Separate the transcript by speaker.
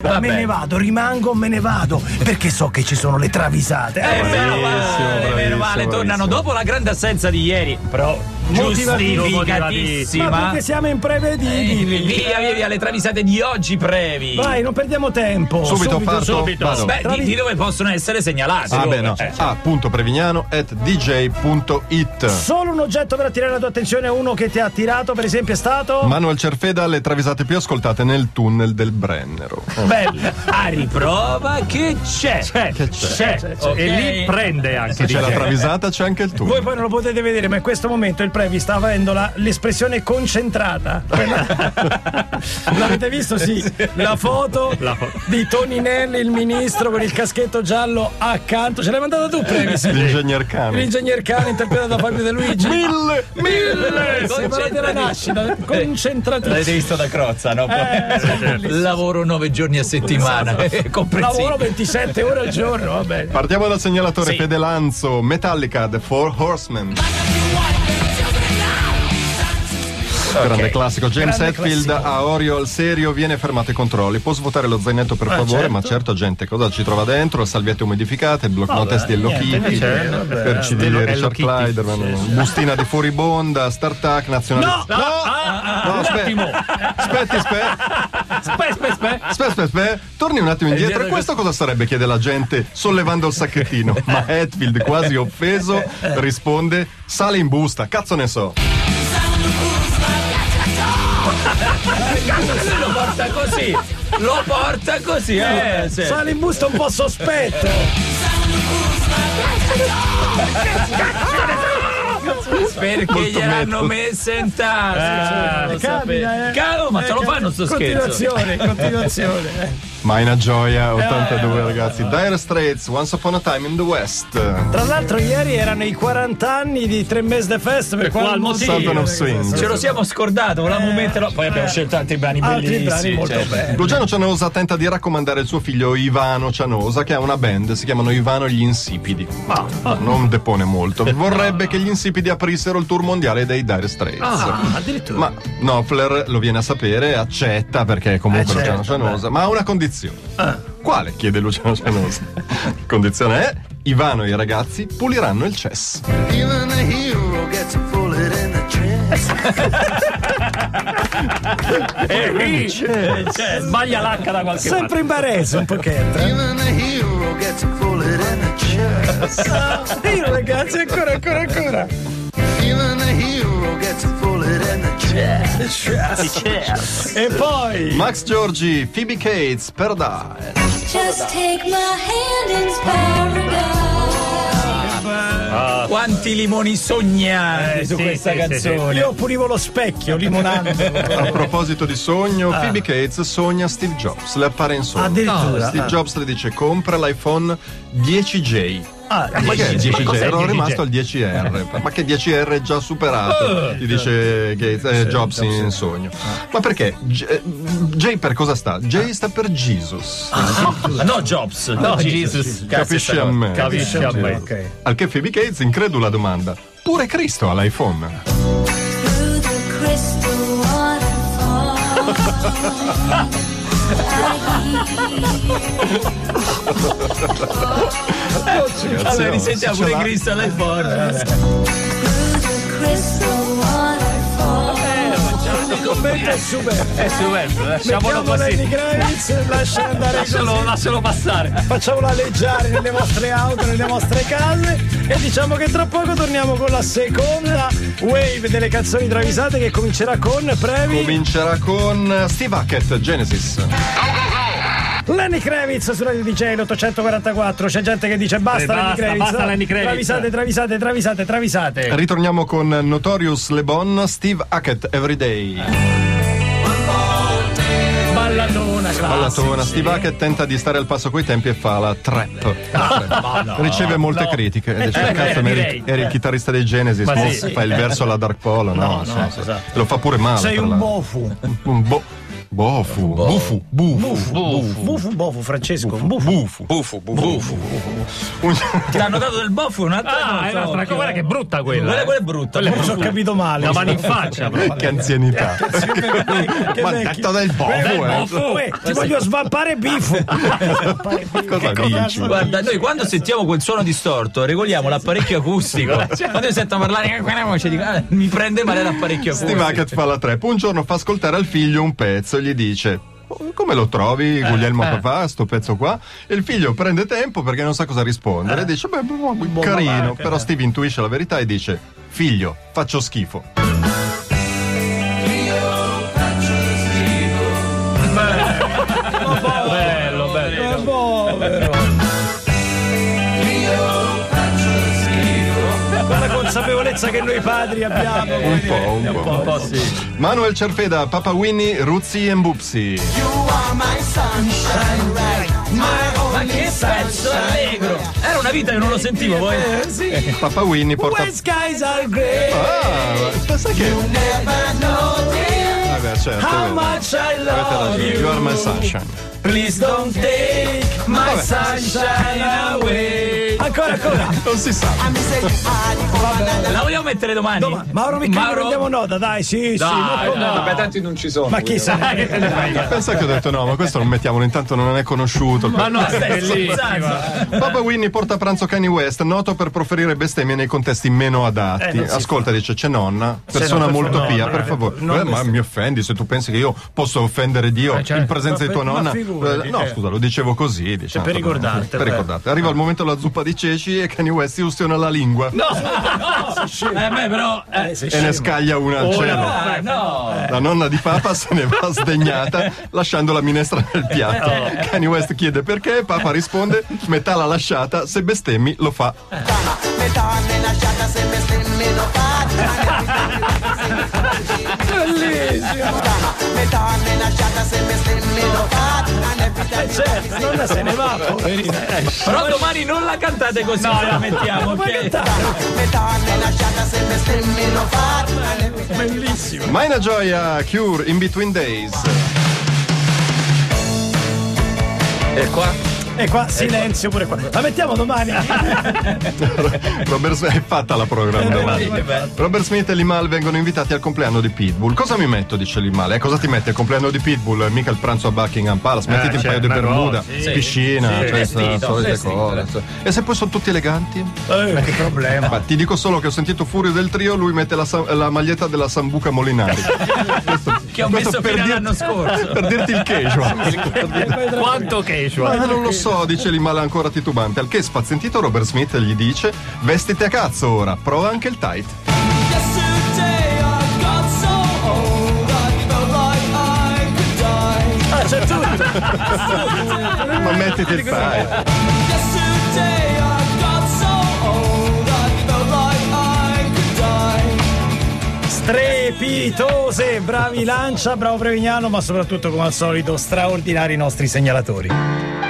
Speaker 1: Va
Speaker 2: me
Speaker 1: bene.
Speaker 2: ne vado, rimango, me ne vado, perché so che ci sono le travisate.
Speaker 1: Eh,
Speaker 2: Eh,
Speaker 1: meno male,
Speaker 3: bravissimo,
Speaker 1: meno male,
Speaker 3: bravissimo.
Speaker 1: tornano dopo la grande assenza di ieri, però
Speaker 2: Motivatissimo, ma
Speaker 1: giustificatissima.
Speaker 2: perché siamo
Speaker 1: Eh,
Speaker 2: imprevedibili.
Speaker 1: Via, via, via, le travisate di oggi previ.
Speaker 2: Vai, non perdiamo tempo.
Speaker 3: Subito, parto,
Speaker 1: subito.
Speaker 3: vado.
Speaker 1: Beh, di,
Speaker 2: Travi-
Speaker 1: di dove possono essere segnalate.
Speaker 3: Ah,
Speaker 1: Come?
Speaker 3: beh, no.
Speaker 1: Eh.
Speaker 3: A.prevignano at dj.it.
Speaker 2: Solo un oggetto per attirare la tua attenzione, uno che ti ha attirato, per esempio, è stato.
Speaker 3: Manuel Cerfeda, le travisate più ascoltate nel tunnel del Brennero.
Speaker 1: Bello.
Speaker 2: Ah,
Speaker 1: A riprova che c'è. C'è,
Speaker 3: Che c'è.
Speaker 1: ok?
Speaker 4: E lì prende
Speaker 3: Se
Speaker 4: anche
Speaker 3: c'è la
Speaker 4: dice.
Speaker 3: travisata, c'è anche il
Speaker 2: Voi
Speaker 3: tunnel.
Speaker 2: poi non lo potete vedere, ma in questo momento il Previ sta avendo la- l'espressione concentrata. Quella- L'avete visto? Sì. La foto di Toninelli, il ministro, con il caschetto giallo accanto. Ce l'hai mandata tu, Previ? sì?
Speaker 3: L'ingegner Cane.
Speaker 2: L'ingegner Cane interpretato da Fabio De Luigi.
Speaker 3: Mille!
Speaker 2: Mille! Sembrate la
Speaker 1: certo.
Speaker 2: nascita,
Speaker 1: L'avete
Speaker 2: concentratissimo.
Speaker 1: visto da Crozza, no?
Speaker 2: Eh, sono bellissimo.
Speaker 1: Lavoro nove giorni a settimana, Eh, è
Speaker 2: Lavoro
Speaker 1: comprensibile.
Speaker 2: 27 ore al giorno, va bene.
Speaker 3: Partiamo dal segnalatore
Speaker 1: Sì.
Speaker 3: Fedelanzo, Metallica, The Four Horsemen. Grande classico. James
Speaker 2: Grande
Speaker 3: Hetfield a Oriol Serio viene fermato ai controlli. Può svuotare lo zainetto per favore, ma certo, gente, cosa ci trova dentro? Salviette umidificate, il block notes di Hello Kitty, eh, per CD di
Speaker 4: Hello
Speaker 3: Richard
Speaker 4: Kitty.
Speaker 3: Clyderman, bustina di Furibonda, StarTac, Nazionale.
Speaker 2: No!
Speaker 3: No! No, aspetta. Aspetti, aspetta.
Speaker 1: Spe, spe, spe.
Speaker 3: Aspetta, aspetta, aspetta. torni un
Speaker 1: Eh,
Speaker 3: attimo indietro.
Speaker 1: indietro
Speaker 3: E questo cosa sarebbe? chiede la gente sollevando il sacchettino. Ma Hetfield, quasi offeso, risponde: sale in busta, cazzo ne so.
Speaker 1: Lui lo porta così, lo porta così, eh. sì. Eh,
Speaker 2: Sale in busta un po' sospetto.
Speaker 1: Perché
Speaker 3: Molto
Speaker 1: gliel'hanno
Speaker 3: metodo.
Speaker 1: messa in tasca?
Speaker 2: Eh, capita, eh.
Speaker 1: Cavolo, ma te lo fanno sto scherzo?
Speaker 2: Continuazione, continuazione. eh.
Speaker 3: Ma è una
Speaker 1: Eh,
Speaker 3: gioia, 82 ragazzi. Dire Straits, Once Upon a Time in the West.
Speaker 2: Tra l'altro ieri erano i 40 anni di Tre Mesi de Fest per qual
Speaker 4: qual motivo?
Speaker 2: motivo?
Speaker 3: Sultan of
Speaker 1: Oh, Ce
Speaker 3: Swing.
Speaker 1: lo siamo scordato, volevamo metterlo. Poi abbiamo scelto altri brani
Speaker 2: Eh, Altri brani
Speaker 1: bellissimi.
Speaker 2: molto
Speaker 1: cioè.
Speaker 2: belli.
Speaker 3: Luciano Cianosa tenta di raccomandare il suo figlio Ivano Cianosa, che ha una band, si chiamano Ivano e gli Insipidi. Ma
Speaker 1: Ah.
Speaker 3: non depone molto. Vorrebbe che gli Insipidi aprissero il tour mondiale dei Dire Straits.
Speaker 1: Ah.
Speaker 2: addirittura.
Speaker 3: Ma Knopfler lo viene a sapere, accetta perché è comunque
Speaker 2: Eh, certo, Eh.
Speaker 3: Luciano Cianosa, ma ha una condizione. Quale? chiede Luciano Cianosa. condizione è: Ivano e i ragazzi puliranno il CES.
Speaker 5: Even a hero gets a bullet in the chest.
Speaker 1: Cioè, sbaglia l'H da qualche parte.
Speaker 2: Sempre in barese un pochetto. eh.
Speaker 5: Even a hero gets a bullet in the chest.
Speaker 2: Io ragazzi, ancora, ancora, ancora.
Speaker 5: Even a hero gets a bullet in the chest.
Speaker 2: E poi...
Speaker 3: Max Giorgi, Phoebe Cates, Paradise.
Speaker 6: Just take my hand, it's paradise.
Speaker 1: Quanti limoni sognati
Speaker 4: Ah. Eh,
Speaker 1: su
Speaker 4: sì,
Speaker 1: questa
Speaker 4: sì, sì,
Speaker 1: canzone.
Speaker 2: Io pulivo lo specchio limonando.
Speaker 3: A proposito di sogno, Phoebe Cates sogna Steve Jobs, le appare in sogno.
Speaker 2: Addirittura.
Speaker 3: Steve Jobs le dice compra l'iPhone 10J.
Speaker 2: Ah,
Speaker 3: Ma che è il 10J?
Speaker 4: cos'è il
Speaker 3: Ero
Speaker 4: 10J?
Speaker 3: rimasto al 10R. Ma che 10R è già superato, gli dice Gates, eh, Jobs in sogno. Ma perché? J, eh, J per cosa sta? J sta per Jesus.
Speaker 1: No, Jobs. No, Ah, Jesus.
Speaker 3: Capisci a me?
Speaker 4: Capisci a me.
Speaker 3: Al che Phoebe Gates incredula domanda. Pure Cristo ha l'iPhone.
Speaker 6: Through the crystal waterfall.
Speaker 1: Allora,
Speaker 3: Ragazzi,
Speaker 1: Eh, risentiamo
Speaker 3: se ce
Speaker 1: pure
Speaker 3: l'ha-
Speaker 1: Cristo alle
Speaker 4: Eh,
Speaker 1: forze.
Speaker 6: Through the crystal waterfall.
Speaker 2: Il commento è super.
Speaker 4: È eh. superfluo, lasciamolo
Speaker 2: Mettiamo
Speaker 4: così.
Speaker 2: Lenny Kravitz, lascia andare
Speaker 4: Lascialo, lascialo passare.
Speaker 2: facciamola leggiare nelle vostre auto, nelle vostre case e diciamo che tra poco torniamo con la seconda wave delle canzoni travisate che comincerà con Previ
Speaker 3: Comincerà con Steve Hackett, Genesis.
Speaker 2: Lenny Kravitz su Radio DJ l'844 c'è gente che dice basta,
Speaker 4: Eh, basta,
Speaker 2: Lenny Kravitz
Speaker 4: basta Lenny Kravitz.
Speaker 2: travisate, travisate, travisate, travisate
Speaker 3: Ritorniamo con Notorious Le Bon, Steve Hackett, Everyday.
Speaker 2: ballatona
Speaker 3: Ballatona, Steve Hackett tenta di stare al passo coi tempi e fa la trap. Riceve molte critiche. E dice, cazzo, ma eri,
Speaker 4: direi.
Speaker 3: eri il chitarrista dei Genesis,
Speaker 4: Ma
Speaker 3: mo
Speaker 4: sì.
Speaker 3: fai il verso alla Dark Polo. No, sì, sì. lo fa pure male.
Speaker 2: sei
Speaker 3: tra
Speaker 2: un
Speaker 3: l'altro.
Speaker 2: bofu
Speaker 3: Un bo- Bofu. Bufu. Bufu.
Speaker 2: Bufu, bofu, Francesco, un bufu.
Speaker 3: Bufu.
Speaker 1: Bufu, bufu, bufu.
Speaker 3: Un-
Speaker 1: Ti hanno dato del boffo un'altra
Speaker 4: Ah, è
Speaker 1: cosa.
Speaker 4: un'altra cosa.
Speaker 1: occhio.
Speaker 4: Guarda che brutta quella.
Speaker 1: Guarda,
Speaker 4: eh.
Speaker 1: quella è brutta.
Speaker 4: Quella è
Speaker 2: Forse ho
Speaker 4: brutta.
Speaker 2: capito male. Eh,
Speaker 4: Una mano in faccia. proprio.
Speaker 3: Che anzianità.
Speaker 2: Che
Speaker 3: Ma
Speaker 2: vecchio.
Speaker 3: detto del bofu,
Speaker 4: Del
Speaker 3: eh.
Speaker 4: bofu.
Speaker 2: Uè, ti voglio svampare bifo.
Speaker 3: Cosa dici?
Speaker 1: Guarda, noi quando sentiamo quel suono distorto, regoliamo l'apparecchio acustico. Quando io sento parlare, cioè, dico, ah, mi prende male l'apparecchio
Speaker 3: Steve
Speaker 1: acustico.
Speaker 3: Hackett fa la treppa. Un giorno fa ascoltare al figlio un pezzo e gli dice. "Oh, Come lo trovi, Guglielmo papà, sto pezzo qua? E il figlio prende tempo perché non sa cosa rispondere. E dice: Beh, boh, carino. Però Steve intuisce la verità e dice: Figlio, faccio schifo.
Speaker 4: Bello, bello.
Speaker 2: Con la consapevolezza che noi padri abbiamo.
Speaker 3: Un po', Eh, un po'. Manuel Cerfeda, Papa Winnie, Ruzzi e Bupsi.
Speaker 1: Ma che pezzo allegro! Era una vita che non lo sentivo poi.
Speaker 3: Papa Winnie porta.
Speaker 2: skies are grey,
Speaker 3: Ah, sai che. Vabbè, certo.
Speaker 4: Ah,
Speaker 3: vedi.
Speaker 2: much I
Speaker 3: Avete ragione. You are my sunshine.
Speaker 2: Please don't take my sunshine away. Ancora, ancora.
Speaker 3: Non si sa.
Speaker 1: La vogliamo mettere domani?
Speaker 2: Doma- Mauro Michele,
Speaker 1: Mauro-
Speaker 2: prendiamo nota, dai, sì, sì.
Speaker 1: Dai,
Speaker 2: no,
Speaker 1: dai.
Speaker 2: no.
Speaker 7: Vabbè, tanti non ci sono.
Speaker 2: Ma chissà.
Speaker 4: Dai, che te ne frega.
Speaker 3: Pensa che ho detto no, ma questo non mettiamolo, intanto non è conosciuto.
Speaker 4: Ma no, è bellissima.
Speaker 1: Scherzando.
Speaker 3: Papa Winnie porta a pranzo Kanye West, noto per proferire bestemmie nei contesti meno adatti. Ascolta, dice c'è nonna, persona
Speaker 2: per
Speaker 3: molto
Speaker 2: favore,
Speaker 3: pia,
Speaker 2: no,
Speaker 3: per
Speaker 2: no,
Speaker 3: favore.
Speaker 2: non
Speaker 3: Eh, ma mi offendi se tu pensi che io posso offendere Dio in presenza di tua
Speaker 2: ma
Speaker 3: nonna.
Speaker 2: figurati,
Speaker 3: Eh, no,
Speaker 2: eh.
Speaker 3: scusa, lo dicevo così. diciamo,
Speaker 2: per ricordartelo,
Speaker 3: Per
Speaker 2: eh.
Speaker 3: ricordartelo. Arriva il momento della zuppa di ceci e Kanye West si ustiona la lingua
Speaker 1: Eh beh, però. eh,
Speaker 3: e ne scaglia una al cielo.
Speaker 2: Eh,
Speaker 1: ah, no!
Speaker 3: La nonna di Papa se ne va sdegnata, lasciando la minestra nel piatto. Kanye West chiede perché, Papa risponde: metà l'ha lasciata, se bestemmi lo fa.
Speaker 2: Eh, Certo, eh, nonna se ne va.
Speaker 1: Però domani non la cantate così, no, la mettiamo, ok?
Speaker 2: Bellissimo.
Speaker 3: Maina Gioia, Cure in Between Days.
Speaker 1: E qua?
Speaker 2: E Eh, qua silenzio pure qua. La mettiamo domani.
Speaker 3: Robert Smith è fatta la programma. Robert Smith e Limal vengono invitati al compleanno di Pitbull. Cosa mi metto? dice Limal. Eh, cosa ti metti? Il compleanno di Pitbull, eh, mica il pranzo a Buckingham Palace. Mettiti un
Speaker 4: cioè,
Speaker 3: paio di
Speaker 4: una
Speaker 3: bermuda,
Speaker 4: cosa, sì.
Speaker 3: piscina,
Speaker 4: Sì,
Speaker 3: cioè,
Speaker 1: vestito,
Speaker 3: solite
Speaker 1: vestito.
Speaker 3: cose. E se poi sono tutti eleganti?
Speaker 2: Eh, che problema.
Speaker 3: Ma ti dico solo che ho sentito Furio del trio, lui mette la, sa- la maglietta della Sambuca Molinari. Questo-
Speaker 1: Che ho
Speaker 3: questo
Speaker 1: messo fino
Speaker 3: dirti-
Speaker 1: all'anno scorso.
Speaker 3: per dirti il casual.
Speaker 4: Quanto
Speaker 3: Ma
Speaker 4: casual.
Speaker 3: non lo so, dice l'Imala ancora titubante. Al che spazientito Robert Smith gli dice: Vestiti a cazzo ora, prova anche il tight.
Speaker 2: Ah, c'è tutto.
Speaker 3: Ma mettiti il tight.
Speaker 2: Strepitose, bravi Lancia, bravo Prevignano, ma soprattutto come al solito straordinari i nostri segnalatori.